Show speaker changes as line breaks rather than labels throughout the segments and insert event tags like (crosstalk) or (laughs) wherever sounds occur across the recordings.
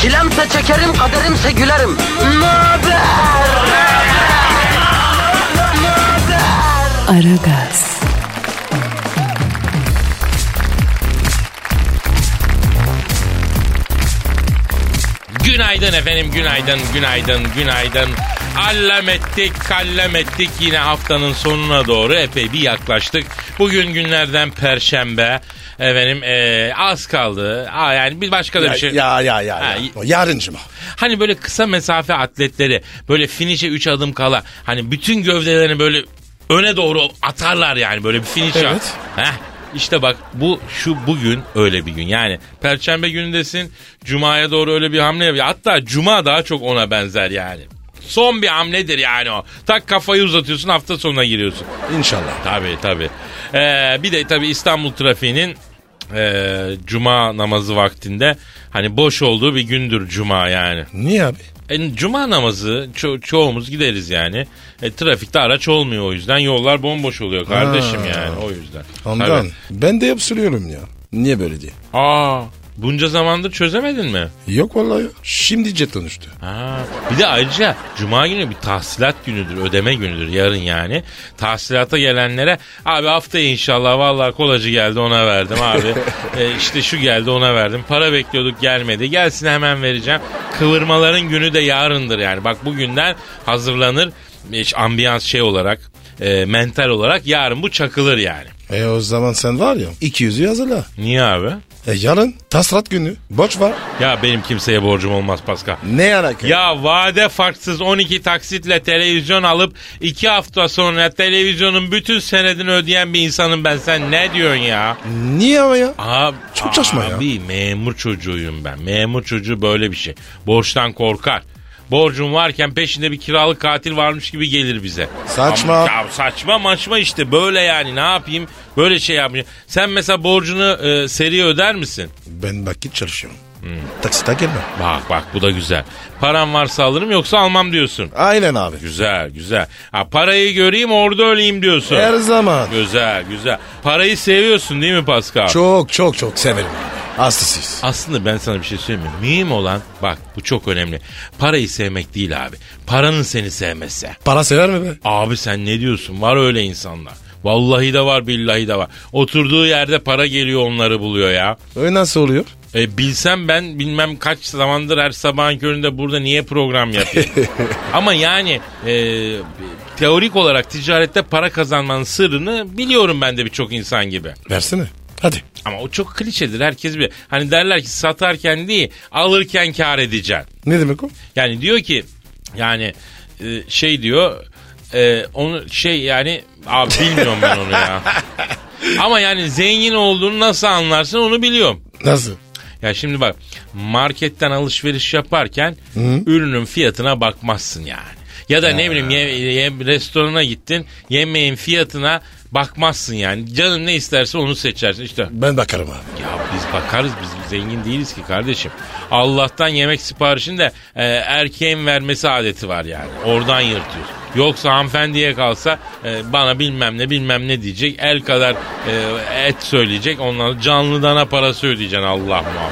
Çilemse çekerim, kaderimse gülerim. Möber!
Aragaz,
Günaydın efendim, günaydın, günaydın, günaydın. Allem ettik, kallem ettik. Yine haftanın sonuna doğru epey bir yaklaştık. Bugün günlerden perşembe. Efendim eee, az kaldı. Aa, yani bir başka da
Ya
bir şey.
ya ya. ya,
Ha,
ya. O Yarın cuma.
Hani böyle kısa mesafe atletleri böyle finişe 3 adım kala hani bütün gövdelerini böyle öne doğru atarlar yani böyle bir finiş
Evet.
Heh, işte bak bu şu bugün öyle bir gün. Yani perşembe günündesin. Cuma'ya doğru öyle bir hamle yap. Hatta cuma daha çok ona benzer yani. Son bir hamledir yani o. Tak kafayı uzatıyorsun hafta sonuna giriyorsun.
İnşallah.
Tabii tabii. Ee, bir de tabii İstanbul trafiğinin e, cuma namazı vaktinde hani boş olduğu bir gündür cuma yani.
Niye abi?
E, cuma namazı ço- çoğumuz gideriz yani. E, trafikte araç olmuyor o yüzden yollar bomboş oluyor kardeşim
Ha.
yani o yüzden.
Ondan.
Tabii.
Ben de yapsırıyorum ya. Niye böyle diye.
Aa bunca zamandır çözemedin mi?
Yok vallahi. Şimdi jeton düştü.
Ha, bir de ayrıca cuma günü bir tahsilat günüdür, ödeme günüdür yarın yani. Tahsilata gelenlere abi haftaya inşallah vallahi kolacı geldi ona verdim (laughs) abi. E, işte şu geldi ona verdim. Para bekliyorduk gelmedi. Gelsin hemen vereceğim. Kıvırmaların günü de yarındır yani. Bak bugünden hazırlanır hiç ambiyans şey olarak, e, mental olarak yarın bu çakılır yani.
E o zaman sen var ya 200'ü hazırla.
Niye abi?
E yarın tasrat günü. Borç var.
Ya benim kimseye borcum olmaz Pascal.
Ne alaka?
Ya vade farksız 12 taksitle televizyon alıp 2 hafta sonra televizyonun bütün senedini ödeyen bir insanım ben. Sen ne diyorsun ya?
Niye ama ya?
Abi,
Çok saçma ya.
Abi memur çocuğuyum ben. Memur çocuğu böyle bir şey. Borçtan korkar. Borcun varken peşinde bir kiralık katil varmış gibi gelir bize.
Saçma.
Ama- ya saçma maçma işte böyle yani ne yapayım? Böyle şey yapmayayım. Sen mesela borcunu e, seri öder misin?
Ben vakit çalışıyorum.
Hmm.
Taksita gelme.
Bak bak bu da güzel. Param varsa alırım yoksa almam diyorsun.
Aynen abi.
Güzel güzel. Ha, parayı göreyim orada öleyim diyorsun.
Her zaman.
Güzel güzel. Parayı seviyorsun değil mi Pascal?
Çok çok çok severim. Hastasıyız.
Aslında ben sana bir şey söyleyeyim mi? Mühim olan bak bu çok önemli. Parayı sevmek değil abi. Paranın seni sevmesi.
Para sever mi be?
Abi sen ne diyorsun? Var öyle insanlar. Vallahi de var billahi de var. Oturduğu yerde para geliyor onları buluyor ya.
Öyle nasıl oluyor?
E, bilsem ben bilmem kaç zamandır her sabahın köründe burada niye program yapayım. Ama yani e, teorik olarak ticarette para kazanmanın sırrını biliyorum ben de birçok insan gibi.
Versene. Hadi.
Ama o çok klişedir herkes bir. Hani derler ki satarken değil alırken kar edeceksin.
Ne demek o?
Yani diyor ki yani e, şey diyor e, onu şey yani abi bilmiyorum ben onu ya. Ama yani zengin olduğunu nasıl anlarsın onu biliyorum.
Nasıl?
Ya şimdi bak marketten alışveriş yaparken ürünün fiyatına bakmazsın yani. Ya da ne bileyim ye, ye- restorana gittin yemeğin fiyatına bakmazsın yani. Canın ne isterse onu seçersin işte.
Ben bakarım abi.
Ya biz bakarız biz zengin değiliz ki kardeşim. Allah'tan yemek siparişini de e, erkeğin vermesi adeti var yani. Oradan yırtıyoruz. Yoksa hanımefendiye kalsa e, bana bilmem ne bilmem ne diyecek. El kadar e, et söyleyecek. Ondan canlı dana parası ödeyeceksin Allah muhafaza.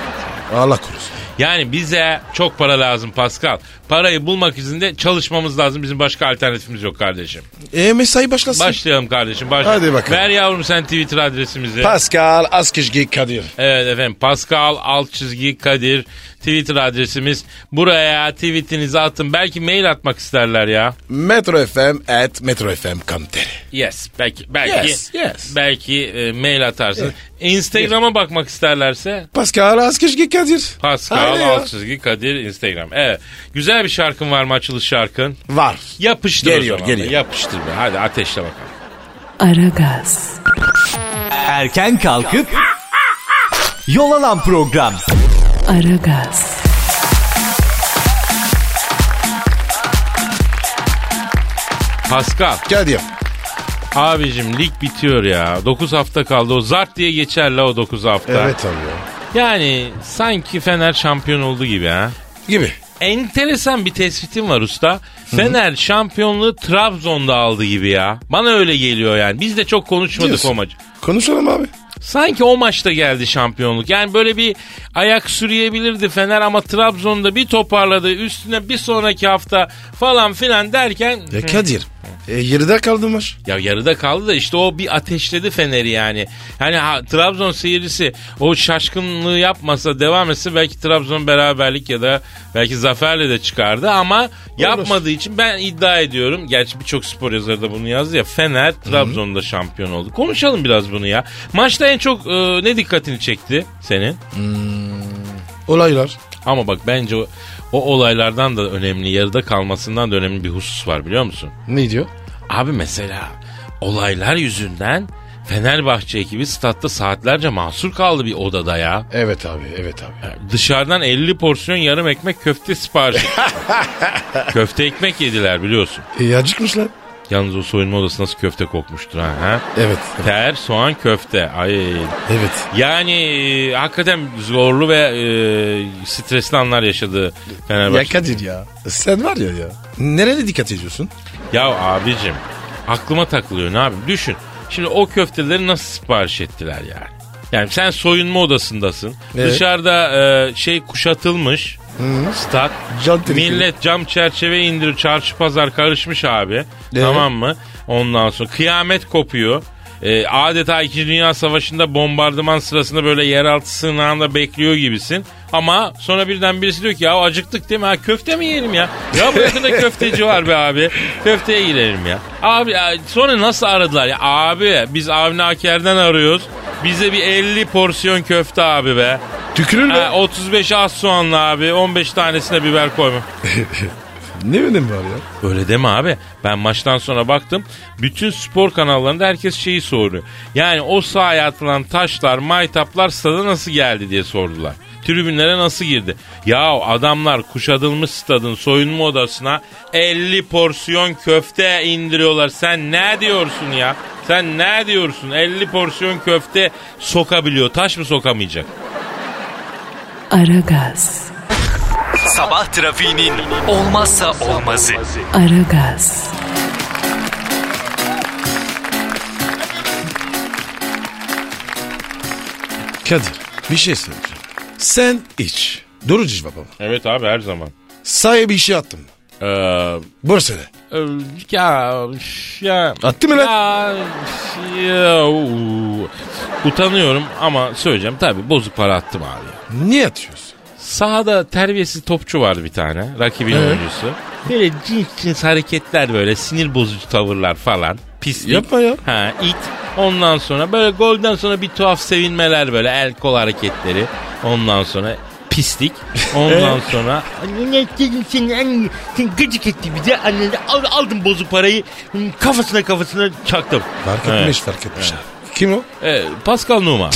Allah korusun.
Yani bize çok para lazım Pascal. Parayı bulmak için de çalışmamız lazım. Bizim başka alternatifimiz yok kardeşim.
E mesai başlasın.
Başlayalım kardeşim. Başlayalım.
Hadi bakalım.
Ver yavrum sen Twitter adresimizi.
Pascal Askışgi Kadir.
evet efendim Pascal alt çizgi Kadir Twitter adresimiz. Buraya tweetinizi atın. Belki mail atmak isterler ya.
Metro FM at Metro FM Kamter.
Yes. Belki belki
Yes, yes.
belki e, mail atarsın. Instagram'a bakmak isterlerse
Pascal Askışgi Kadir.
Pascal
Aynen ya.
alt çizgi Kadir Instagram. Evet. Güzel bir şarkın var mı açılış şarkın?
Var.
Yapıştır
Geliyor,
o zaman.
geliyor.
Yapıştır be. Hadi ateşle bakalım.
Aragaz,
Erken kalkıp yol alan program.
Aragaz,
Pascal
Kadir.
abicim lig bitiyor ya. 9 hafta kaldı o zart diye geçer la o 9 hafta.
Evet abi ya.
Yani sanki Fener şampiyon oldu gibi ha.
Gibi.
Enteresan bir tespitim var usta. Fener şampiyonluğu Trabzon'da aldı gibi ya. Bana öyle geliyor yani. Biz de çok konuşmadık
Diyorsun.
o maçı.
Konuşalım abi.
Sanki o maçta geldi şampiyonluk. Yani böyle bir ayak sürüyebilirdi Fener ama Trabzon'da bir toparladı. Üstüne bir sonraki hafta falan filan derken
Ya Kadir. E, yarıda kaldım var.
ya yarıda kaldı da işte o bir ateşledi Fener'i yani. Hani ha- Trabzon seyircisi o şaşkınlığı yapmasa devam etse belki Trabzon beraberlik ya da belki zaferle de çıkardı ama yapmadığı için ben iddia ediyorum. Gerçi birçok spor yazarı da bunu yazdı ya. Fener Trabzon'da şampiyon oldu. Konuşalım biraz bunu ya. Maçta en çok e, ne dikkatini çekti senin?
Olaylar.
Ama bak bence o, o olaylardan da önemli, yarıda kalmasından da önemli bir husus var biliyor musun?
Ne diyor?
Abi mesela olaylar yüzünden Fenerbahçe ekibi statta saatlerce mahsur kaldı bir odada ya.
Evet abi evet abi.
Dışarıdan 50 porsiyon yarım ekmek köfte sipariş ettiler. köfte ekmek yediler biliyorsun.
E, acıkmışlar.
Yalnız o soyunma odası nasıl köfte kokmuştur ha. ha?
Evet.
Ter, soğan, köfte. Ay
Evet.
yani e, hakikaten zorlu ve e, stresli anlar yaşadı
Ya
Fenerbahçe.
Kadir ya. Sen var ya ya. Nereye dikkat ediyorsun?
Ya abicim aklıma takılıyor ne abi düşün. Şimdi o köfteleri nasıl sipariş ettiler yani? Yani sen soyunma odasındasın.
Evet.
Dışarıda e, şey kuşatılmış. Stat.
Cam tehlikeli.
Millet cam çerçeve indirir. Çarşı pazar karışmış abi. Tamam mı? Ondan sonra kıyamet kopuyor. E, adeta 2. Dünya Savaşı'nda bombardıman sırasında böyle yeraltı sığınağında bekliyor gibisin. Ama sonra birden birisi diyor ki ya acıktık değil mi? Ha, köfte mi yiyelim ya? Ya bu yakında köfteci var be abi. Köfteye gidelim ya. Abi ya, sonra nasıl aradılar ya? Abi biz Avni Aker'den arıyoruz. Bize bir 50 porsiyon köfte abi be.
Tükürür mü?
Ha, 35 az soğanlı abi 15 tanesine biber koyma.
Ne önemi var ya?
Öyle deme abi. Ben maçtan sonra baktım. Bütün spor kanallarında herkes şeyi soruyor. Yani o sahaya atılan taşlar, maytaplar stada nasıl geldi diye sordular. Tribünlere nasıl girdi? Ya adamlar kuşadılmış stadın soyunma odasına 50 porsiyon köfte indiriyorlar. Sen ne diyorsun ya? Sen ne diyorsun? 50 porsiyon köfte sokabiliyor. Taş mı sokamayacak?
Aragaz,
Sabah trafiğinin olmazsa olmazı.
Aragaz,
Kadir bir şey söyleyeceğim. Sen iç. Doğru cevap ama. şey
Evet abi her zaman.
Sahibi işe attım.
Ee,
Bursa'da.
Ee, ya üf, ya
Attı mı lan?
Ya, üf, ya, uu. utanıyorum ama söyleyeceğim tabii bozuk para attım abi.
Niye atıyorsun?
Sahada terbiyesiz topçu vardı bir tane rakibin oyuncusu. Böyle cins cins hareketler böyle sinir bozucu tavırlar falan. Pislik.
Yapma ya.
Ha it. Ondan sonra böyle golden sonra bir tuhaf sevinmeler böyle el kol hareketleri. Ondan sonra pislik. Ondan sonra
Ne dedim seni anne sen gıcık etti bize anne al, aldım bozuk parayı kafasına kafasına
çaktım.
Fark
Evet.
etmiş fark etmiş. Kim o?
Ee, Pascal Numa.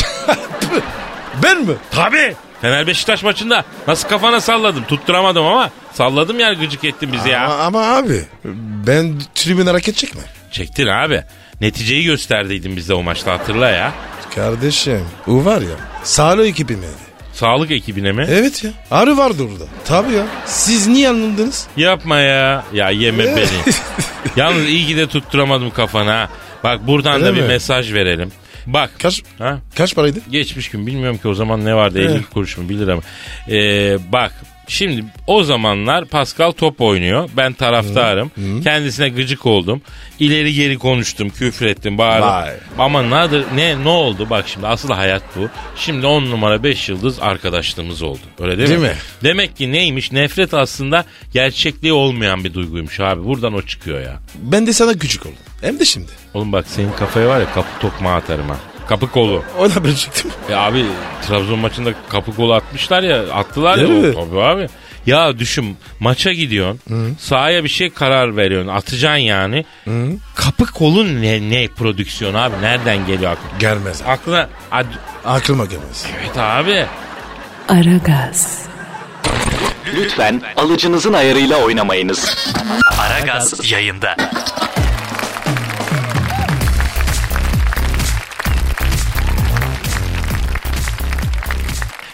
Ben mi?
Tabii. Fener Beşiktaş maçında nasıl kafana salladım tutturamadım ama salladım yani gıcık ettin bizi ya.
Ama, ama abi ben tribün hareket çekme.
Çektin abi. Neticeyi gösterdiydin bize o maçta hatırla ya.
Kardeşim o var ya sağlık ekibi mi?
Sağlık ekibine mi?
Evet ya arı vardı orada. Tabii ya siz niye anladınız?
Yapma ya. Ya yeme
(laughs)
beni. Yalnız iyi ki de tutturamadım kafana. ha. Bak buradan
Öyle
da bir
mi?
mesaj verelim. Bak.
Kaç,
Ha?
kaç paraydı?
Geçmiş gün bilmiyorum ki o zaman ne vardı 50
Evet.
kuruş mu 1 lira mı? Ee, bak şimdi o zamanlar Pascal top oynuyor. Ben taraftarım. Kendisine gıcık oldum. İleri geri konuştum, küfür ettim, bağırdım.
Vay.
Ama nadir, ne ne oldu? Bak şimdi asıl hayat bu. Şimdi 10 numara 5 yıldız arkadaşlığımız oldu. Öyle değil,
Değil
mi?
mi?
Demek ki neymiş? Nefret aslında gerçekliği olmayan bir duyguymuş abi. Buradan o çıkıyor ya.
Ben de sana küçük oldum. Hem de şimdi.
Oğlum bak senin kafaya var ya kapı tokmağı atarım ha. Kapı kolu.
Ona
(laughs)
ben çıktım.
E abi Trabzon maçında kapı golü atmışlar ya attılar
Değil
ya
mi?
o, tabii abi. Ya düşün maça gidiyorsun sahaya bir şey karar veriyorsun atacaksın yani. Kapı kolun ne, ne prodüksiyon abi nereden geliyor aklına?
Gelmez. ak-
Aklına Ad-
Aklıma gelmez.
evet abi
Aragaz,
Lütfen alıcınızın ayarıyla oynamayınız.
Aragaz yayında.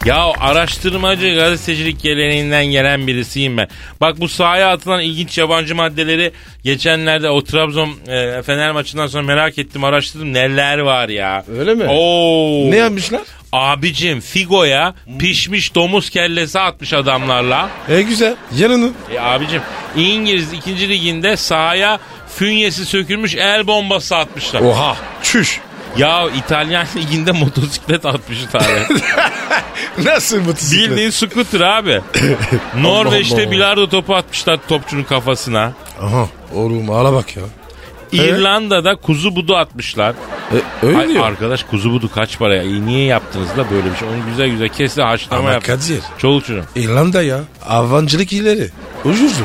Ya araştırmacı gazetecilik geleneğinden gelen birisiyim ben. Bak bu sahaya atılan ilginç yabancı maddeleri geçenlerde o Trabzon e, Fener maçından sonra merak ettim araştırdım neler var ya.
Öyle mi?
Oo.
Ne yapmışlar?
Abicim Figo'ya pişmiş domuz kellesi atmış adamlarla.
E güzel. Yanını.
E abicim İngiliz 2. liginde sahaya fünyesi sökülmüş el bombası atmışlar.
Oha. Çüş.
Ya İtalyan (laughs) liginde motosiklet atmışlar.
(laughs) Nasıl mutlu?
Bildiğin scooter
(laughs)
abi.
Allah
Norveç'te
Allah.
bilardo topu atmışlar topçunun kafasına.
Aha. Oğlum ala bak ya.
İrlanda'da kuzu budu atmışlar.
E, öyle
Ay
diyor.
arkadaş kuzu budu kaç paraya? İyi niye yaptınız da böyle bir şey? Onu güzel güzel kesti haşlama
Ama
yap.
Kadir.
Çoluk çocuk.
İrlanda ya. Avancılık ileri. Ucuzdur.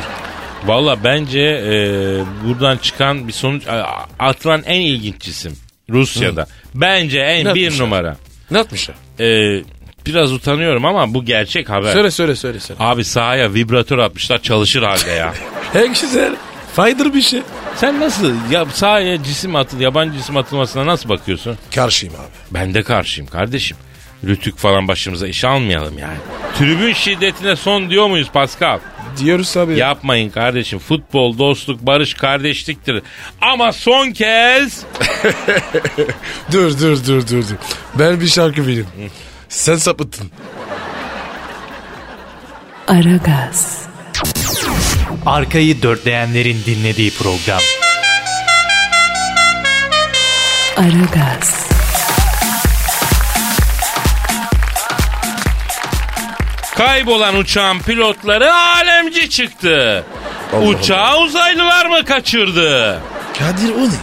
Valla bence e, buradan çıkan bir sonuç a- atılan en ilginç cisim Rusya'da. Bence en
Ne
bir
yapmışlar?
numara.
Ne yapmışlar?
E, biraz utanıyorum ama bu gerçek haber.
Söyle söyle söyle söyle.
Abi sahaya vibratör atmışlar çalışır halde ya.
E güzel. Faydır bir şey.
(laughs) Sen nasıl ya sahaya cisim atıl yabancı cisim atılmasına nasıl bakıyorsun?
Karşıyım abi.
Ben de karşıyım kardeşim. Rütük falan başımıza iş almayalım yani. Tribün şiddetine son diyor muyuz Pascal?
Diyoruz abi.
Yapmayın kardeşim. Futbol, dostluk, barış, kardeşliktir. Ama son kez
Dur dur dur dur dur. Ben bir şarkı bileyim. Sen sapıttın.
Aragaz,
Arkayı dörtleyenlerin dinlediği program.
Aragaz,
Kaybolan uçağın pilotları alemci çıktı.
Allah
Uçağı uzaylılar mı kaçırdı?
Kadir o ne?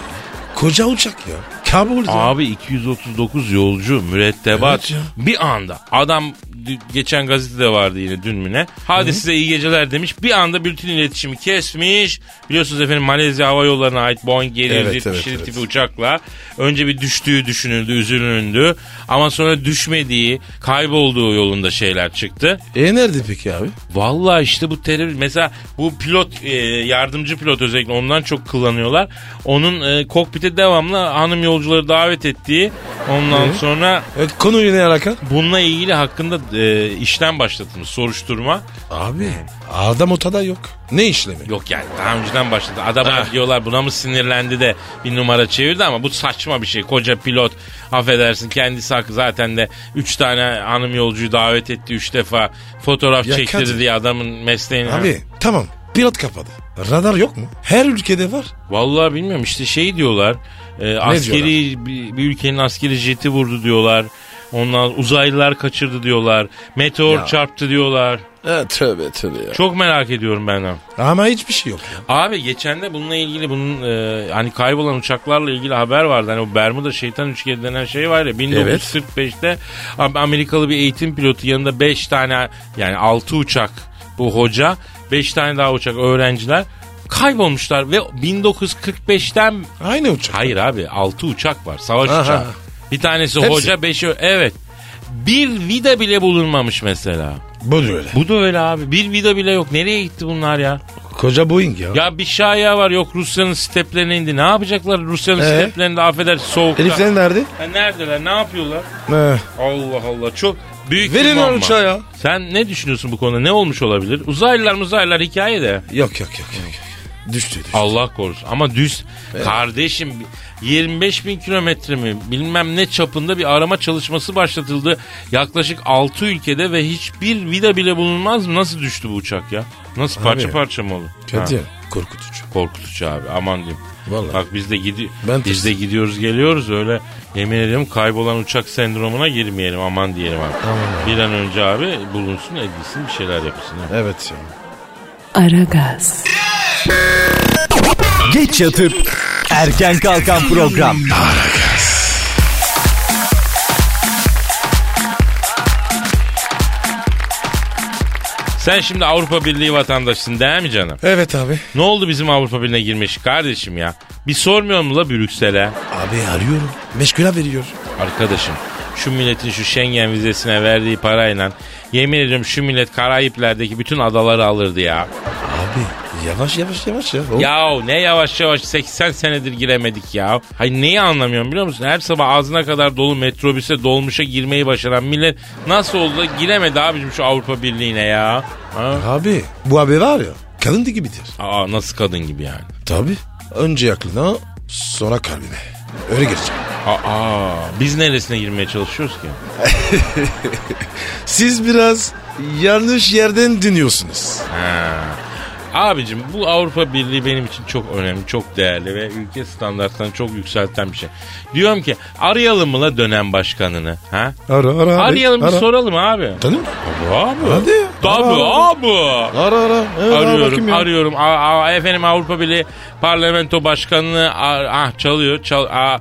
Koca uçak ya. Kabul ya.
Abi 239 yolcu mürettebat
Evet ya.
bir anda adam d- geçen gazetede vardı yine dün mü ne? Hadi size iyi geceler demiş. Bir anda bütün iletişimi kesmiş. Biliyorsunuz efendim Malezya Hava Yolları'na ait Boeing 777
Evet, evet, evet.
tipi uçakla önce bir düştüğü düşünüldü, üzülündü. Ama sonra düşmediği, kaybolduğu yolunda şeyler çıktı.
E nerede peki abi?
Vallahi işte bu terör mesela bu pilot e, yardımcı pilot özellikle ondan çok kullanıyorlar. Onun e, kokpite devamlı hanım yolcuları davet ettiği ondan sonra
E, konuyla ne alaka?
bununla ilgili hakkında e, işlem başlatılmış soruşturma.
Abi adam otada yok. Ne işlemi?
Yok yani daha önceden başladı. Adama diyorlar buna mı sinirlendi de bir numara çevirdi ama bu saçma bir şey. Koca pilot affedersin kendisi hakkı zaten de 3 tane hanım yolcuyu davet etti 3 defa fotoğraf
Ya
çektirdi
kadın-
diye adamın mesleğini.
Abi tamam pilot kapadı. Radar yok mu? Her ülkede var.
Vallahi bilmiyorum işte şey diyorlar. e, askeri Bir, bir ülkenin askeri jeti vurdu diyorlar. Ondan uzaylılar kaçırdı diyorlar. Meteor
Ya.
çarptı diyorlar.
E, tövbe tövbe ya.
Çok merak ediyorum ben. ha.
Ama hiçbir şey yok. ya.
Abi geçen de bununla ilgili bunun e, hani kaybolan uçaklarla ilgili haber vardı. Hani o Bermuda şeytan üçgeni denen şey var ya 1945'te Am- Amerikalı bir eğitim pilotu yanında 5 tane yani 6 uçak bu hoca 5 tane daha uçak öğrenciler kaybolmuşlar ve 1945'ten
Aynı uçak.
Hayır abi 6 uçak var savaş
Aha.
uçağı. Bir tanesi
Hepsi.
hoca beşi ö- evet. Bir vida bile bulunmamış mesela.
Bu da öyle.
Bu da öyle abi. Bir vida bile yok. Nereye gitti bunlar ya?
Koca Boeing ya.
Ya bir şaya var yok Rusya'nın steplerine indi. Ne yapacaklar Rusya'nın
Ee?
steplerinde affedersin soğukta.
Eliflerin nerede?
Ha, neredeler ne yapıyorlar?
Ee,
Allah Allah çok büyük bir
verin
muamma.
onu uçağı ya.
Sen ne düşünüyorsun bu konuda ne olmuş olabilir? Uzaylılar muzaylılar hikaye de.
Yok yok yok. yok. Düştü düştü.
Allah korusun ama düz kardeşim 25 bin kilometre mi bilmem ne çapında bir arama çalışması başlatıldı. Yaklaşık 6 ülkede ve hiçbir vida bile bulunmaz mı? Nasıl düştü bu uçak ya? Nasıl parça
Abi.
parça mı olur?
Kadir
Ha,
korkutucu.
korkutucu abi aman diyeyim.
Vallahi.
Bak biz de gidi
Ben
biz de
tırsım.
gidiyoruz geliyoruz öyle yemin ediyorum kaybolan uçak sendromuna girmeyelim aman diyelim abi. Bir an önce abi bulunsun edilsin bir şeyler yapılsın. ha.
Evet ya.
Aragaz,
Geç yatıp erken kalkan program.
Sen şimdi Avrupa Birliği vatandaşısın değil mi canım?
Evet abi.
Ne oldu bizim Avrupa Birliği'ne girmesi kardeşim ya? Bir sormuyor mu la Brüksel'e?
Abi arıyorum. Meşgule veriyor.
Arkadaşım şu milletin şu Schengen vizesine verdiği parayla yemin ediyorum şu millet Karayipler'deki bütün adaları alırdı ya.
Abi Yavaş yavaş yavaş ya. Oğlum,
Yahu ne yavaş yavaş 80 senedir giremedik ya. Hay neyi anlamıyorum biliyor musun? Her sabah ağzına kadar dolu metrobüse dolmuşa girmeyi başaran millet nasıl oldu da giremedi abicim şu Avrupa Birliği'ne ya. Ha?
Abi bu abi var ya kadın diki bitir.
Aa nasıl kadın gibi yani.
Tabi. Önce aklına sonra kalbine. Öyle girecek.
Aa biz neresine girmeye çalışıyoruz ki?
Siz biraz yanlış yerden dinliyorsunuz.
Abicim bu Avrupa Birliği benim için çok önemli, çok değerli ve ülke standartlarını çok yükselten bir şey. Diyorum ki arayalım mı la dönem başkanını? Ha?
Ara ara abi.
arayalım bir
ara.
soralım abi.
Tanıyor musun?
Tabii abi.
Hadi ya.
Tabii
Ara,
abi.
Ara ara. Evet, ara bakayım
Arıyorum,
ya.
arıyorum. Aa, aa, efendim Avrupa Birliği Parlamento Başkanı ar- ah çalıyor. Çal Aa,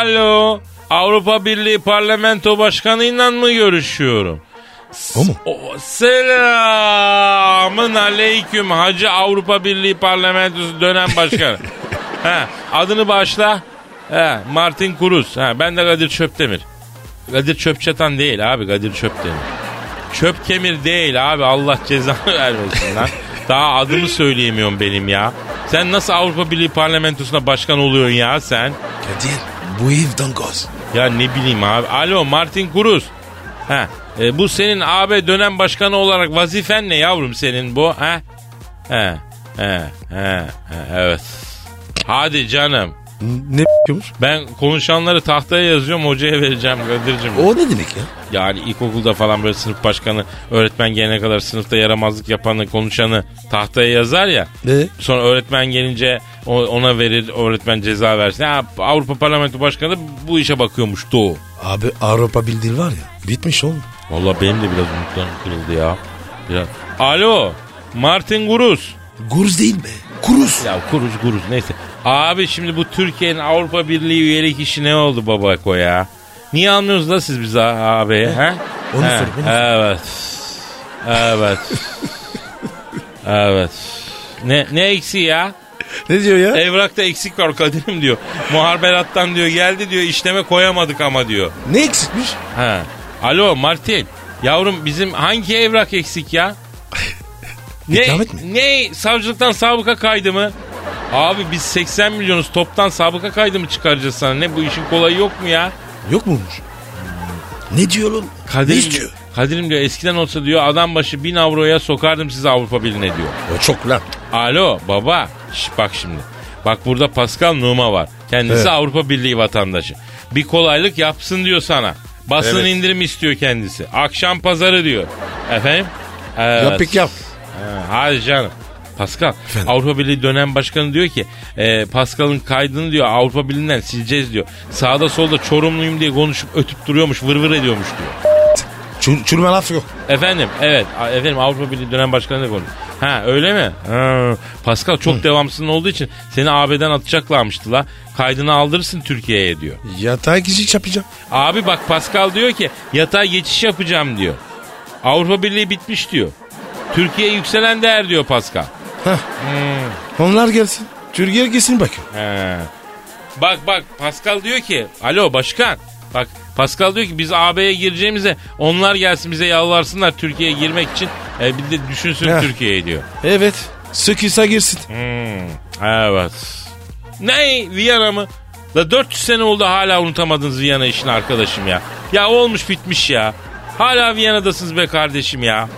alo. Avrupa Birliği Parlamento Başkanı'yla mı görüşüyorum?
O mu?
O- Selamın aleyküm Hacı Avrupa Birliği Parlamentosu dönem başkanı. ha, adını başla. He, Martin Kuruz. Ha, ben de Kadir Çöptemir. Kadir Çöpçatan değil abi Kadir Çöptemir. Çöpkemir değil abi Allah cezanı (laughs) vermesin lan. Daha adımı söyleyemiyorum benim ya. Sen nasıl Avrupa Birliği Parlamentosu'na başkan oluyorsun ya sen?
Kadir bu ev dangoz.
Ya ne bileyim abi. Alo Martin Kuruz. Ha, e, bu senin AB dönem başkanı olarak vazifen ne yavrum senin bu? Ha? He. He. He. he, Evet. Hadi canım.
Ne yapıyormuş?
Ben konuşanları tahtaya yazıyorum hocaya vereceğim Kadir'cim.
O ne demek ya?
Yani ilkokulda falan böyle sınıf başkanı öğretmen gelene kadar sınıfta yaramazlık yapanı konuşanı tahtaya yazar ya.
Ne?
Sonra öğretmen gelince o- ona verir öğretmen ceza versin. Ha, Avrupa Parlamento Başkanı da bu işe bakıyormuştu o.
Abi Avrupa bildiğin var ya. Bitmiş oğlum.
Valla benim de biraz umutlarım kırıldı ya. Biraz. Alo Martin Guruz.
Guruz değil be. Kuruz.
Ya Guruz Guruz neyse. Abi şimdi bu Türkiye'nin Avrupa Birliği üyelik işi ne oldu babako ya? Niye almıyorsunuz la siz bizi a- abi? He?
Onu
He,
sor, onu sor.
Evet. Evet. evet. Ne, ne eksiği ya?
Ne diyor ya?
Evrakta eksik var Kadir'im diyor. Muharberattan diyor geldi diyor işleme koyamadık ama diyor.
Ne eksikmiş?
Ha. Alo Martin. Yavrum bizim hangi evrak eksik ya? ne,
İkamet mi?
ne savcılıktan sabıka kaydı mı? Abi biz 80 milyonuz toptan sabıka kaydı mı çıkaracağız sana? Ne bu işin kolayı yok mu ya?
Yok muymuş? Ne diyor oğlum? ne
Kadir'im,
istiyor?
Kadir'im diyor eskiden olsa diyor adam başı 1000 avroya sokardım sizi Avrupa Birliği'ne diyor.
O çok lan.
Alo baba şş, bak şimdi. Bak burada Pascal Numa var. Kendisi
Evet.
Avrupa Birliği vatandaşı. Bir kolaylık yapsın diyor sana. Basın
Evet.
indirim istiyor kendisi. Akşam pazarı diyor. Efendim? Evet.
Yap pek yap.
Ha, hadi canım. Pascal
Efendim?
Avrupa Birliği dönem başkanı diyor ki e, Pascal'ın kaydını diyor Avrupa Birliği'nden sileceğiz diyor. Sağda solda çorumluyum diye konuşup ötüp duruyormuş vır vır ediyormuş diyor.
Çür, çürüme laf yok.
Efendim evet A- efendim Avrupa Birliği dönem başkanı da konu. Ha öyle mi? Ha, Pascal çok devamsızın olduğu için seni AB'den atacaklarmıştı la. Kaydını aldırırsın Türkiye'ye diyor.
Yatağa kişi yapacağım.
Abi bak Pascal diyor ki yatağa geçiş yapacağım diyor. Avrupa Birliği bitmiş diyor. Türkiye yükselen değer diyor Pascal.
Onlar gelsin. Türkiye gelsin bakın.
He. Bak bak Pascal diyor ki alo başkan. Bak Pascal diyor ki biz AB'ye gireceğimize onlar gelsin bize yalvarsınlar Türkiye'ye girmek için. E, bir de düşünsün
Heh.
Türkiye'yi diyor.
Evet. Sökülse girsin.
Hmm, evet. Ne Viyana mı? La 400 sene oldu hala unutamadınız Viyana işini arkadaşım ya. Ya olmuş bitmiş ya. Hala Viyana'dasınız be kardeşim ya.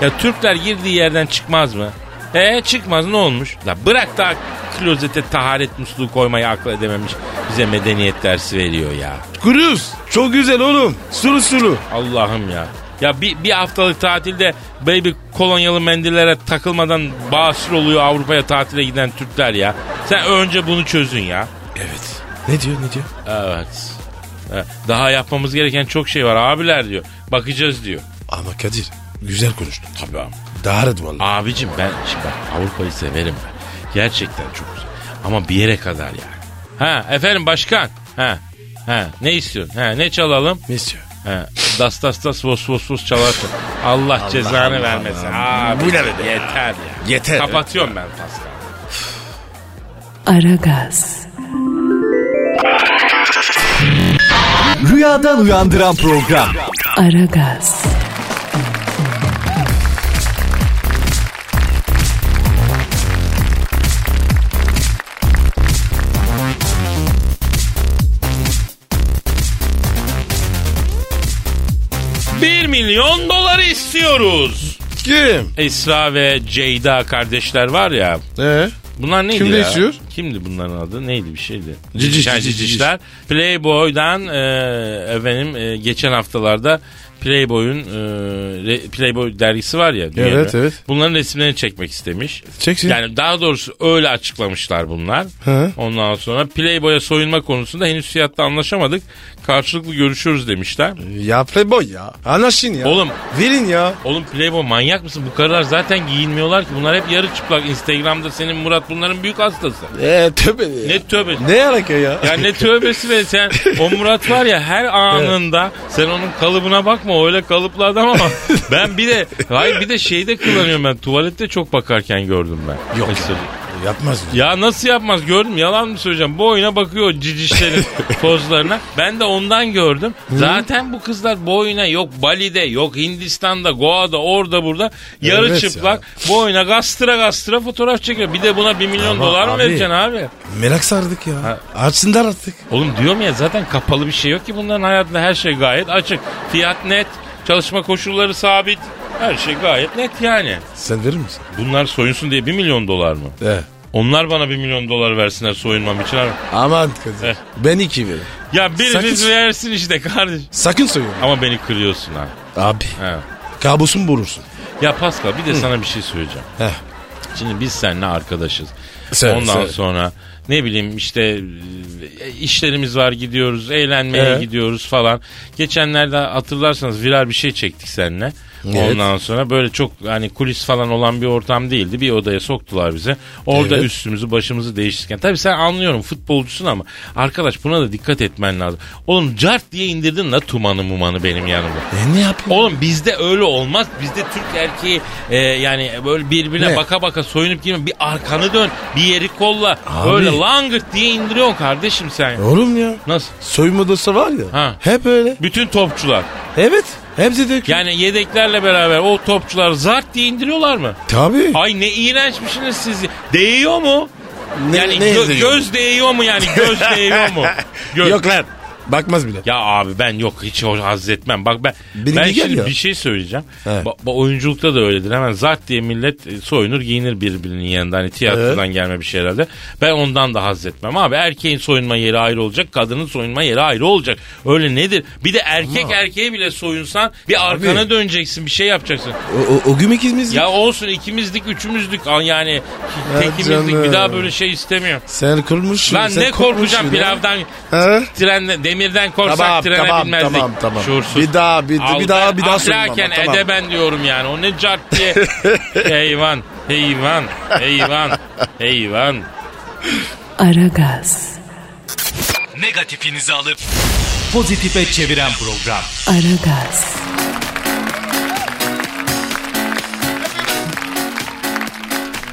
Ya Türkler girdiği yerden çıkmaz mı? E çıkmaz ne olmuş? La bırak da klozete taharet musluğu koymayı akla edememiş. Bize medeniyet dersi veriyor ya.
Kuruz. Çok güzel oğlum. Sulu sulu.
Allah'ım ya. Ya bir, bir haftalık tatilde baby kolonyalı mendillere takılmadan basur oluyor Avrupa'ya tatile giden Türkler ya. Sen önce bunu çözün ya.
Evet. Ne diyor ne diyor?
Evet. E, Daha yapmamız gereken çok şey var abiler diyor. Bakacağız diyor.
Ama Kadir güzel konuştun.
Tabii abi.
Daha aradı valla.
Abicim ben şimdi bak Avrupa'yı severim ben. Gerçekten çok güzel. Ama bir yere kadar yani. Ha efendim başkan. Ha. Ha ne istiyorsun? Ha ne çalalım?
Ne istiyor?
He, das das das vos vos vos çalarsın. Allah, cezanı vermesin. Abi,
Bu ne be?
Yeter ya.
Yeter.
Kapatıyorum ben Pascal.
Aragaz,
Rüyadan uyandıran program.
Aragaz,
Pascal.
milyon doları istiyoruz.
Kim?
Esra ve Ceyda kardeşler var ya.
Ee?
Bunlar neydi
Kim ne
ya?
istiyor?
Kimdi bunların adı? Neydi bir şeydi?
Ciciş,
Ha,
ciciş.
Cicişler. Playboy'dan e, efendim e, geçen haftalarda Playboy'un e, re- Playboy dergisi var ya. dünyada.
Evet, evet.
Bunların resimlerini çekmek istemiş.
Çeksin.
Yani daha doğrusu öyle açıklamışlar bunlar.
Hı.
Ondan sonra Playboy'a soyunma konusunda henüz fiyatta anlaşamadık. Karşılıklı görüşüyoruz demişler.
Ya playboy ya. Anlaşın ya.
Oğlum.
Verin ya.
Oğlum Playboy manyak mısın? Bu karılar zaten giyinmiyorlar ki. Bunlar hep yarı çıplak. Instagram'da senin Murat bunların büyük hastası.
Eee Ee, tövbe ya.
Ne tövbe.
Ne alaka ya?
Ya ne tövbesi be sen. O Murat var ya her anında sen onun kalıbına bakma o öyle kalıplı adam ama ben bir de hayır bir de şeyde kullanıyorum ben tuvalette çok bakarken gördüm ben. Yok.
Yapmaz mı?
Ya nasıl yapmaz gördüm yalan mı söyleyeceğim boyuna bakıyor
(laughs)
cicişlerin pozlarına ben de ondan gördüm zaten bu kızlar boyuna yok Bali'de yok Hindistan'da Goa'da orada burada yarı
Evet ya.
çıplak boyuna gastıra gastıra fotoğraf çekiyor bir de buna bir milyon
Ama
dolar mı
abi-
vereceksin abi?
Merak sardık ya.
Ha.
Açsınlar artık.
Oğlum diyorum ya zaten kapalı bir şey yok ki bunların hayatında her şey gayet açık. Fiyat net, çalışma koşulları sabit. Her şey gayet net yani.
Sen verir misin?
Bunlar soyunsun diye 1 milyon dolar mı?
He.
Onlar bana 1 milyon dolar versinler soyunmam için abi.
Aman kızım.
Eh.
Ben iki veririm.
Ya biriniz
Sakın-
versin işte kardeş.
Sakın soyunma.
Ama beni kırıyorsun ha.
Abi.
He.
Kabusun bulursun.
Ya Pascal bir de sana bir şey söyleyeceğim.
Heh.
Şimdi biz seninle arkadaşız.
Sen-
Ondan
sen-
sonra ne bileyim işte e, işlerimiz var gidiyoruz, eğlenmeye
Ee?
gidiyoruz falan. Geçenlerde hatırlarsanız viral bir şey çektik seninle.
Evet.
Ondan sonra böyle çok hani kulis falan olan bir ortam değildi. Bir odaya soktular bize. Orada
Evet.
üstümüzü başımızı değiştirirken. Tabii sen anlıyorum futbolcusun ama arkadaş buna da dikkat etmen lazım. Oğlum cart diye indirdin la tumanı mumanı benim yanımda.
E ne yapayım?
Oğlum bizde öyle olmaz. Bizde Türk erkeği e, yani böyle birbirine
Ne?
baka baka soyunup girme. Bir arkanı dön, bir yeri kolla.
Abi.
Böyle langırt diye indiriyorsun kardeşim sen.
Oğlum ya.
Nasıl?
Soyunma odası var ya.
Ha.
Hep öyle.
Bütün topçular.
Evet. Hepsi de.
Yani yedeklerle beraber o topçular zart diye indiriyorlar mı?
Tabii.
Ay ne iğrençmişsiniz siz. Değiyor mu?
Ne-
yani
ne
gö-
izliyor?
göz değiyor mu yani göz değiyor
(laughs)
mu? Göz.
Yok lan. Bakmaz bile.
Ya abi ben yok hiç o- haz etmem. Bak ben
Biri
ben
bir
şimdi
geliyor.
bir şey söyleyeceğim.
Evet.
Ba- ba- oyunculukta da öyledir. Hemen zart diye millet e, soyunur giyinir birbirinin yanında. Hani tiyatrodan gelme bir şey herhalde. Ben ondan da haz etmem abi. Erkeğin soyunma yeri ayrı olacak. Kadının soyunma yeri ayrı olacak. Öyle nedir? Bir de erkek erkeğe bile soyunsan bir arkana döneceksin. Bir şey yapacaksın.
O, o, o gün ikimiz
Ya olsun ikimizdik, üçümüzdük. An- Yani tekimizdik. Bir
canım.
daha böyle şey istemiyorum.
Sen kurmuşsun.
Lan
sen
ne korkacağım
korkmuşsun ya.
pilavdan.
He?
Trenden, demirden korksak
Tamam,
trene
tamam,
binmezdik.
tamam, tamam.
Şuursuz.
Bir daha, bir- bir
Al
daha,
ben
bir daha sorun ama,
Ahlaken
tamam.
edeben diyorum yani. O ne cart
(laughs)
diye. heyvan, heyvan, heyvan, heyvan.
Aragaz,
Negatifinizi alıp pozitife çeviren program.
Aragaz,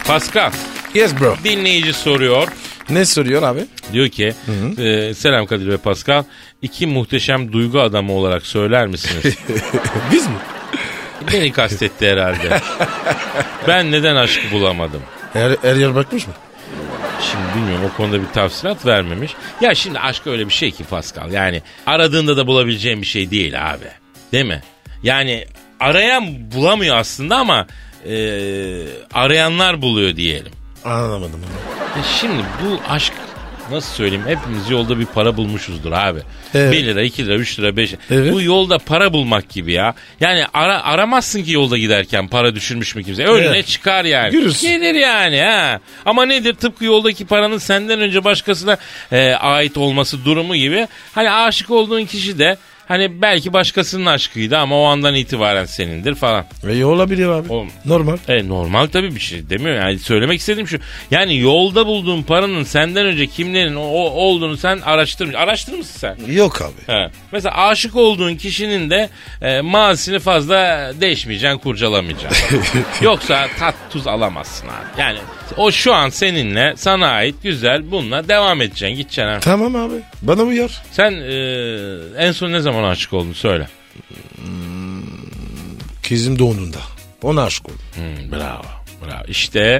Pascal
Yes bro.
dinleyici soruyor.
Ne soruyor abi?
Diyor ki e, selam Kadir ve Pascal. İki muhteşem duygu adamı olarak söyler
(laughs)
misiniz?
Biz mi?
Beni kastetti herhalde. ben neden aşkı bulamadım?
Er, er yer bakmış mı?
Şimdi bilmiyorum o konuda bir tavsilat vermemiş. Ya şimdi aşk öyle bir şey ki Pascal. Yani aradığında da bulabileceğin bir şey değil abi. Değil mi? Yani arayan bulamıyor aslında ama e, arayanlar buluyor diyelim.
Anlamadım.
E şimdi bu aşk nasıl söyleyeyim hepimiz yolda bir para bulmuşuzdur abi.
Evet.
1 lira, 2 lira, 3 lira, 5 lira.
Evet.
Bu yolda para bulmak gibi ya. Yani ara, aramazsın ki yolda giderken para düşürmüş mü kimse. Önüne
Evet.
çıkar yani.
Görürsün.
Gelir yani ha. Ama nedir tıpkı yoldaki paranın senden önce başkasına e, ait olması durumu gibi. Hani aşık olduğun kişi de hani belki başkasının aşkıydı ama o andan itibaren senindir falan.
Ve olabilir abi.
Oğlum.
Normal.
E normal tabii bir şey demiyorum. Yani söylemek istediğim şu. Yani yolda bulduğun paranın senden önce kimlerin o, o- olduğunu sen araştırmış. Araştırmışsın sen.
Yok abi.
He. Mesela aşık olduğun kişinin de e, mazisini fazla değişmeyeceksin, kurcalamayacaksın. Yoksa tat tuz alamazsın abi. Yani o şu an seninle, sana ait güzel bununla devam edeceksin, gideceksin. abi.
Tamam abi. Bana uyar.
Sen e, en son ne zaman aşık oldun söyle.
Kızım doğduğunda. Ona aşık oldum.
Hmm, bravo. Bravo. İşte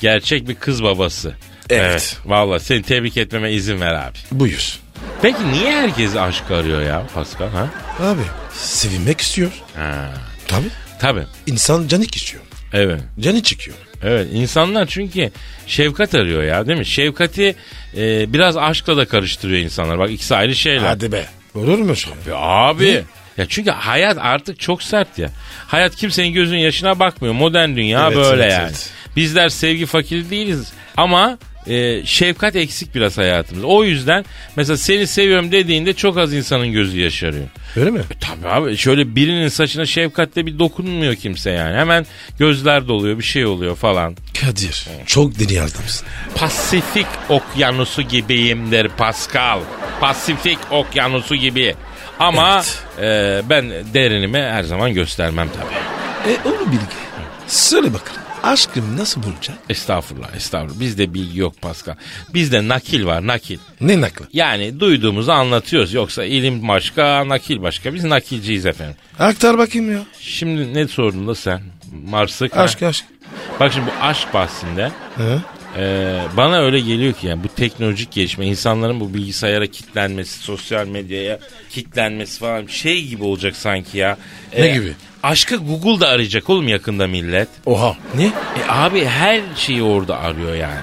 gerçek bir kız babası.
Evet.
Valla seni tebrik etmeme izin ver abi.
Buyur.
Peki niye herkes aşk arıyor ya Pascal ha?
Abi Sevinmek istiyor.
Ha.
Tabii.
Tabii.
İnsan canı istiyor.
Evet.
Canı çıkıyor.
Evet insanlar çünkü şefkat arıyor ya değil mi? Şefkati e, biraz aşkla da karıştırıyor insanlar. Bak ikisi ayrı şeyler.
Hadi be. Olur mu şey? şu an?
Ya Abi. Ya çünkü hayat artık çok sert ya. Hayat kimsenin gözünün yaşına bakmıyor. Modern dünya
Evet,
böyle
evet,
yani.
evet.
Bizler sevgi fakiri değiliz ama e, şefkat eksik biraz hayatımız. O yüzden mesela seni seviyorum dediğinde çok az insanın gözü yaşarıyor.
Öyle mi?
Tabii abi şöyle birinin saçına şefkatle bir dokunmuyor kimse yani. Hemen gözler doluyor bir şey oluyor falan.
Kadir. Çok deli adamsın.
Pasifik okyanusu gibiyimdir Pascal. Pasifik okyanusu gibi. Ama e, ben derinimi her zaman göstermem tabii.
E onu bilgi. Söyle bakalım. Aşkım nasıl bulacak?
Estağfurullah, estağfurullah. Bizde bilgi yok Pascal. Bizde nakil var, nakil.
Ne nakla?
Yani duyduğumuzu anlatıyoruz. Yoksa ilim başka, nakil başka. Biz nakilciyiz efendim.
Aktar bakayım ya.
Şimdi ne sordun da sen? Marsık. ha?
Aşk aşk.
Bak şimdi bu aşk bahsinde
Hı?
Ee, bana öyle geliyor ki yani bu teknolojik gelişme insanların bu bilgisayara kitlenmesi, sosyal medyaya kitlenmesi falan şey gibi olacak sanki ya. E,
Ne gibi?
Aşkı Google'da arayacak oğlum yakında millet.
Oha. Ne?
E abi her şeyi orada arıyor yani.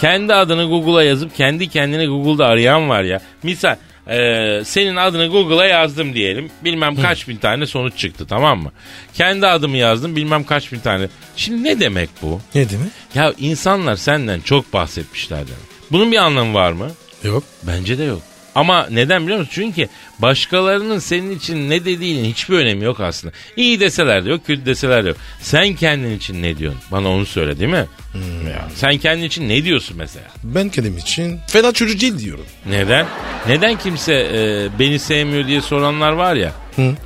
Kendi adını Google'a yazıp kendi kendini Google'da arayan var ya. Misal e, senin adını Google'a yazdım diyelim. Bilmem kaç bin tane sonuç çıktı tamam mı? Kendi adımı yazdım bilmem kaç bin tane. Şimdi ne demek bu?
Ne demek?
Ya insanlar senden çok bahsetmişler demek. Bunun bir anlamı var mı?
Yok.
Bence de yok. Ama neden biliyor musun? Çünkü başkalarının senin için ne dediğinin hiçbir önemi yok aslında. İyi deseler de yok, kötü deseler de yok. Sen kendin için ne diyorsun? Bana onu söyle değil mi? Ya, sen kendin için ne diyorsun mesela?
Ben kendim için fena çocuk değil diyorum.
Neden? Neden kimse e, beni sevmiyor diye soranlar var ya.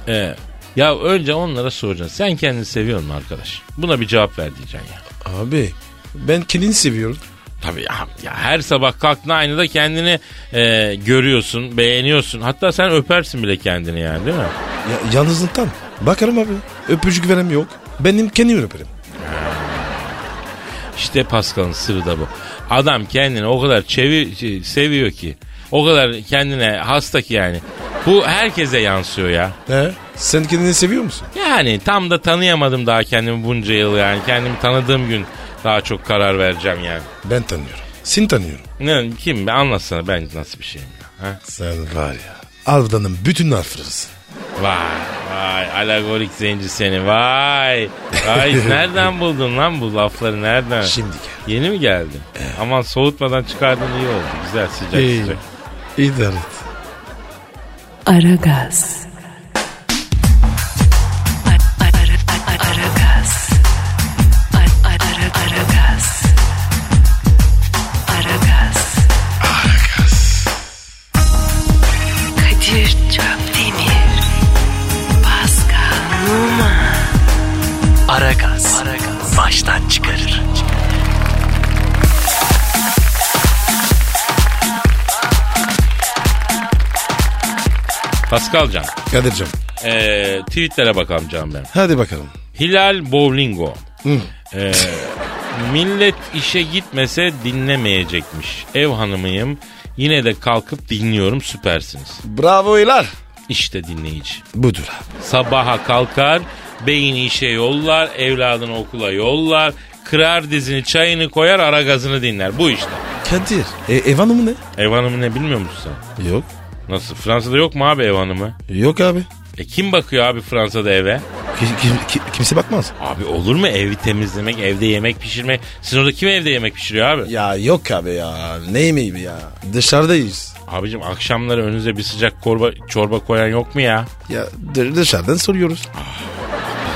E, ya önce onlara soracaksın. Sen kendini seviyor musun arkadaş? Buna bir cevap ver diyeceksin ya.
Abi ben kendini seviyorum.
Tabii ya, ya her sabah kalktığında aynada kendini e, görüyorsun, beğeniyorsun. Hatta sen öpersin bile kendini yani değil mi?
Ya, yalnızlıktan. Bakarım abi. Öpücük verem yok. Benim kendimi öperim.
İşte Pascal'ın sırrı da bu. Adam kendini o kadar çevi, şey, seviyor ki. O kadar kendine hasta ki yani. Bu herkese yansıyor ya.
He? Sen kendini seviyor musun?
Yani tam da tanıyamadım daha kendimi bunca yıl yani. Kendimi tanıdığım gün daha çok karar vereceğim yani.
Ben tanıyorum. Seni tanıyorum.
Ne, kim be anlatsana ben nasıl bir şeyim ya. Ha?
Sen var ya. Avdanın bütün harfırız.
Vay vay alagorik zenci seni vay. Vay
(laughs)
nereden buldun lan bu lafları nereden?
Şimdi gel.
Yeni mi geldi? Aman soğutmadan çıkardın iyi oldu. Güzel sıcak
İyi.
sıcak.
İdare et.
Aragaz. Aragaz. Aragaz. Aragaz. Kadir Çöpdemir. Pascal Numa.
Aragaz. Baştan çıkarır.
Pascalcan
Kadir'cim
ee, tweetlere bakalım canım benim.
hadi bakalım.
Hilal Bowlingo. Ee, millet işe gitmese dinlemeyecekmiş. Ev hanımıyım. Yine de kalkıp dinliyorum süpersiniz.
Bravo İlar.
İşte dinleyici.
Budur abi.
Sabaha kalkar, beyni işe yollar, evladını okula yollar, kırar dizini, çayını koyar, ara gazını dinler. Bu işte.
Kadir. E, ev hanımı ne?
Ev hanımı ne bilmiyor musun sen?
Yok.
Nasıl? Fransa'da yok mu abi ev hanımı?
Yok abi.
E kim bakıyor abi Fransa'da eve?
Ki- ki- ki- kimse bakmaz.
Abi olur mu evi temizlemek, evde yemek pişirmek? Sizin orada kim evde yemek pişiriyor abi?
Ya yok abi ya. Ne yemeği ya? Dışarıdayız.
Abicim akşamları önünüze bir sıcak korba, çorba koyan yok mu ya?
Ya dı- dışarıdan soruyoruz.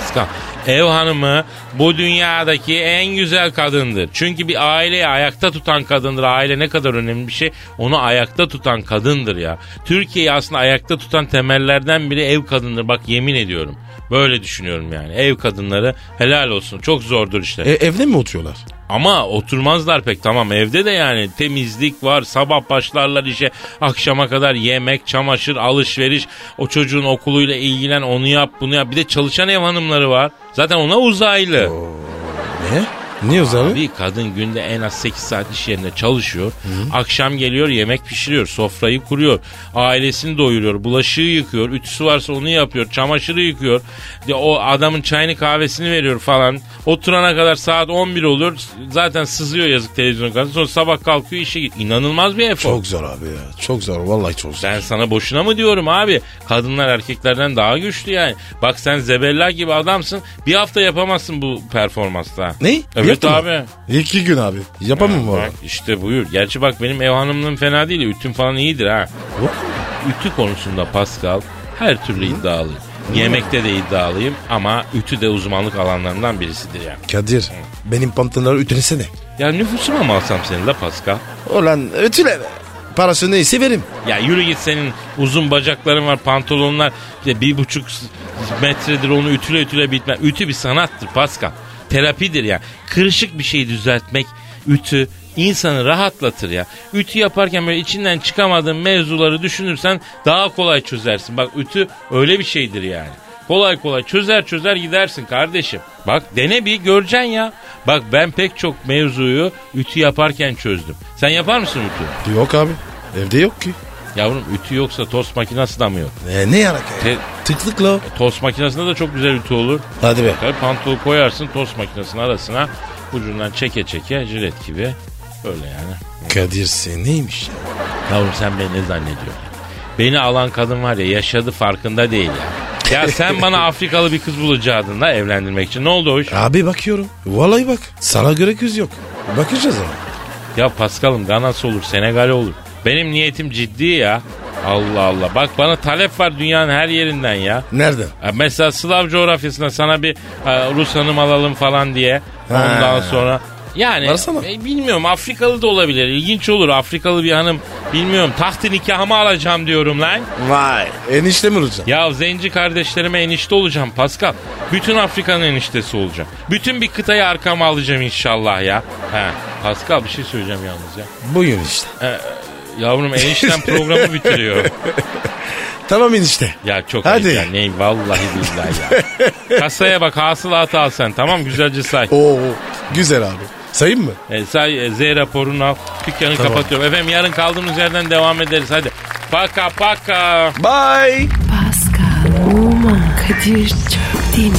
Pascal, ev hanımı bu dünyadaki en güzel kadındır. Çünkü bir aileyi ayakta tutan kadındır. Aile ne kadar önemli bir şey. Onu ayakta tutan kadındır ya. Türkiye'yi aslında ayakta tutan temellerden biri ev kadındır. Bak yemin ediyorum. Böyle düşünüyorum yani. Ev kadınları helal olsun. Çok zordur işte.
E, evde mi oturuyorlar?
Ama oturmazlar pek tamam evde de yani temizlik var sabah başlarlar işe akşama kadar yemek çamaşır alışveriş o çocuğun okuluyla ilgilen onu yap bunu yap bir de çalışan ev hanımları var zaten ona uzaylı.
Ne? Niye Oğuz abi?
Bir kadın günde en az 8 saat iş yerinde çalışıyor. Akşam geliyor yemek pişiriyor, sofrayı kuruyor, ailesini doyuruyor, bulaşığı yıkıyor, ütüsü varsa onu yapıyor, çamaşırı yıkıyor. Ya O adamın çayını kahvesini veriyor falan. Oturana kadar saat 11 olur. Zaten sızıyor yazık televizyon karşısında. Sonra sabah kalkıyor işe git. İnanılmaz bir efor.
Çok zor abi ya. Çok zor. Vallahi çok zor.
Ben sana boşuna mı diyorum abi? Kadınlar erkeklerden daha güçlü yani. Bak sen zebella gibi adamsın. Bir hafta yapamazsın bu performansta.
Ne?
Evet
Yaptın mı?
abi.
İki gün abi. Yapamam bu
Bak işte buyur. Gerçi bak benim ev hanımlığım fena değil. Ütüm falan iyidir ha. Ütü konusunda Pascal her türlü iddialıyım. Yemekte de iddialıyım ama ütü de uzmanlık alanlarından birisidir yani.
Kadir benim pantolonları ütülesene.
Ya nüfusuma mı alsam seni la Pascal?
Ulan ütüle be. Parası neyse verim.
Ya yürü git senin uzun bacakların var pantolonlar işte bir buçuk s- metredir onu ütüle ütüle bitme. Ütü bir sanattır Pascal. Terapidir ya. Kırışık bir şeyi düzeltmek ütü insanı rahatlatır ya. Ütü yaparken böyle içinden çıkamadığın mevzuları düşünürsen daha kolay çözersin. Bak ütü öyle bir şeydir yani. Kolay kolay çözer çözer gidersin kardeşim. Bak dene bir göreceksin ya. Bak ben pek çok mevzuyu ütü yaparken çözdüm. Sen yapar mısın ütü?
Yok abi. Evde yok ki.
Yavrum ütü yoksa tost makinası da mı yok?
E, ne yarak ya?
Te-
Tıklıkla.
tost makinesinde de çok güzel ütü olur.
Hadi be.
Tabii pantolon koyarsın tost makinesinin arasına ucundan çeke çeke jilet gibi. Öyle yani.
Kadir sen neymiş ya?
Yavrum sen beni ne zannediyorsun? Beni alan kadın var ya yaşadı farkında değil ya. Ya sen bana Afrikalı bir kız bulacaktın da evlendirmek için. Ne oldu o iş?
Abi bakıyorum. Vallahi bak. Sana göre göz yok. Bakacağız ama.
Ya Paskal'ım Ganası olur, Senegal olur. Benim niyetim ciddi ya. Allah Allah. Bak bana talep var dünyanın her yerinden ya.
Nereden?
Ya Mesela Slav coğrafyasında sana bir e, Rus hanım alalım falan diye. Ondan sonra yani
Varsa mı?
e, bilmiyorum Afrikalı da olabilir. İlginç olur Afrikalı bir hanım. Bilmiyorum tahtı nikahımı alacağım diyorum lan.
Vay. Enişte mi olacaksın?
Ya zenci kardeşlerime enişte olacağım Pascal. Bütün Afrika'nın eniştesi olacağım. Bütün bir kıtayı arkama alacağım inşallah ya. He, Pascal bir şey söyleyeceğim yalnız ya.
Bugün işte.
Yavrum enişten programı bitiriyor.
Tamam enişte.
Ya çok
Hadi.
Hadi. ayıp ya. Ne, vallahi billahi ya. Kasaya bak hasılatı al sen tamam güzelce say.
Oo. Güzel abi. Sayayım mı?
E, say e, Z raporunu al. Dükkanı kapatıyorum. Efendim yarın kaldığımız yerden devam ederiz. Hadi. Paka paka.
Bye.
Pascal, Oman, Kadir çok değil mi?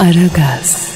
Aragaz.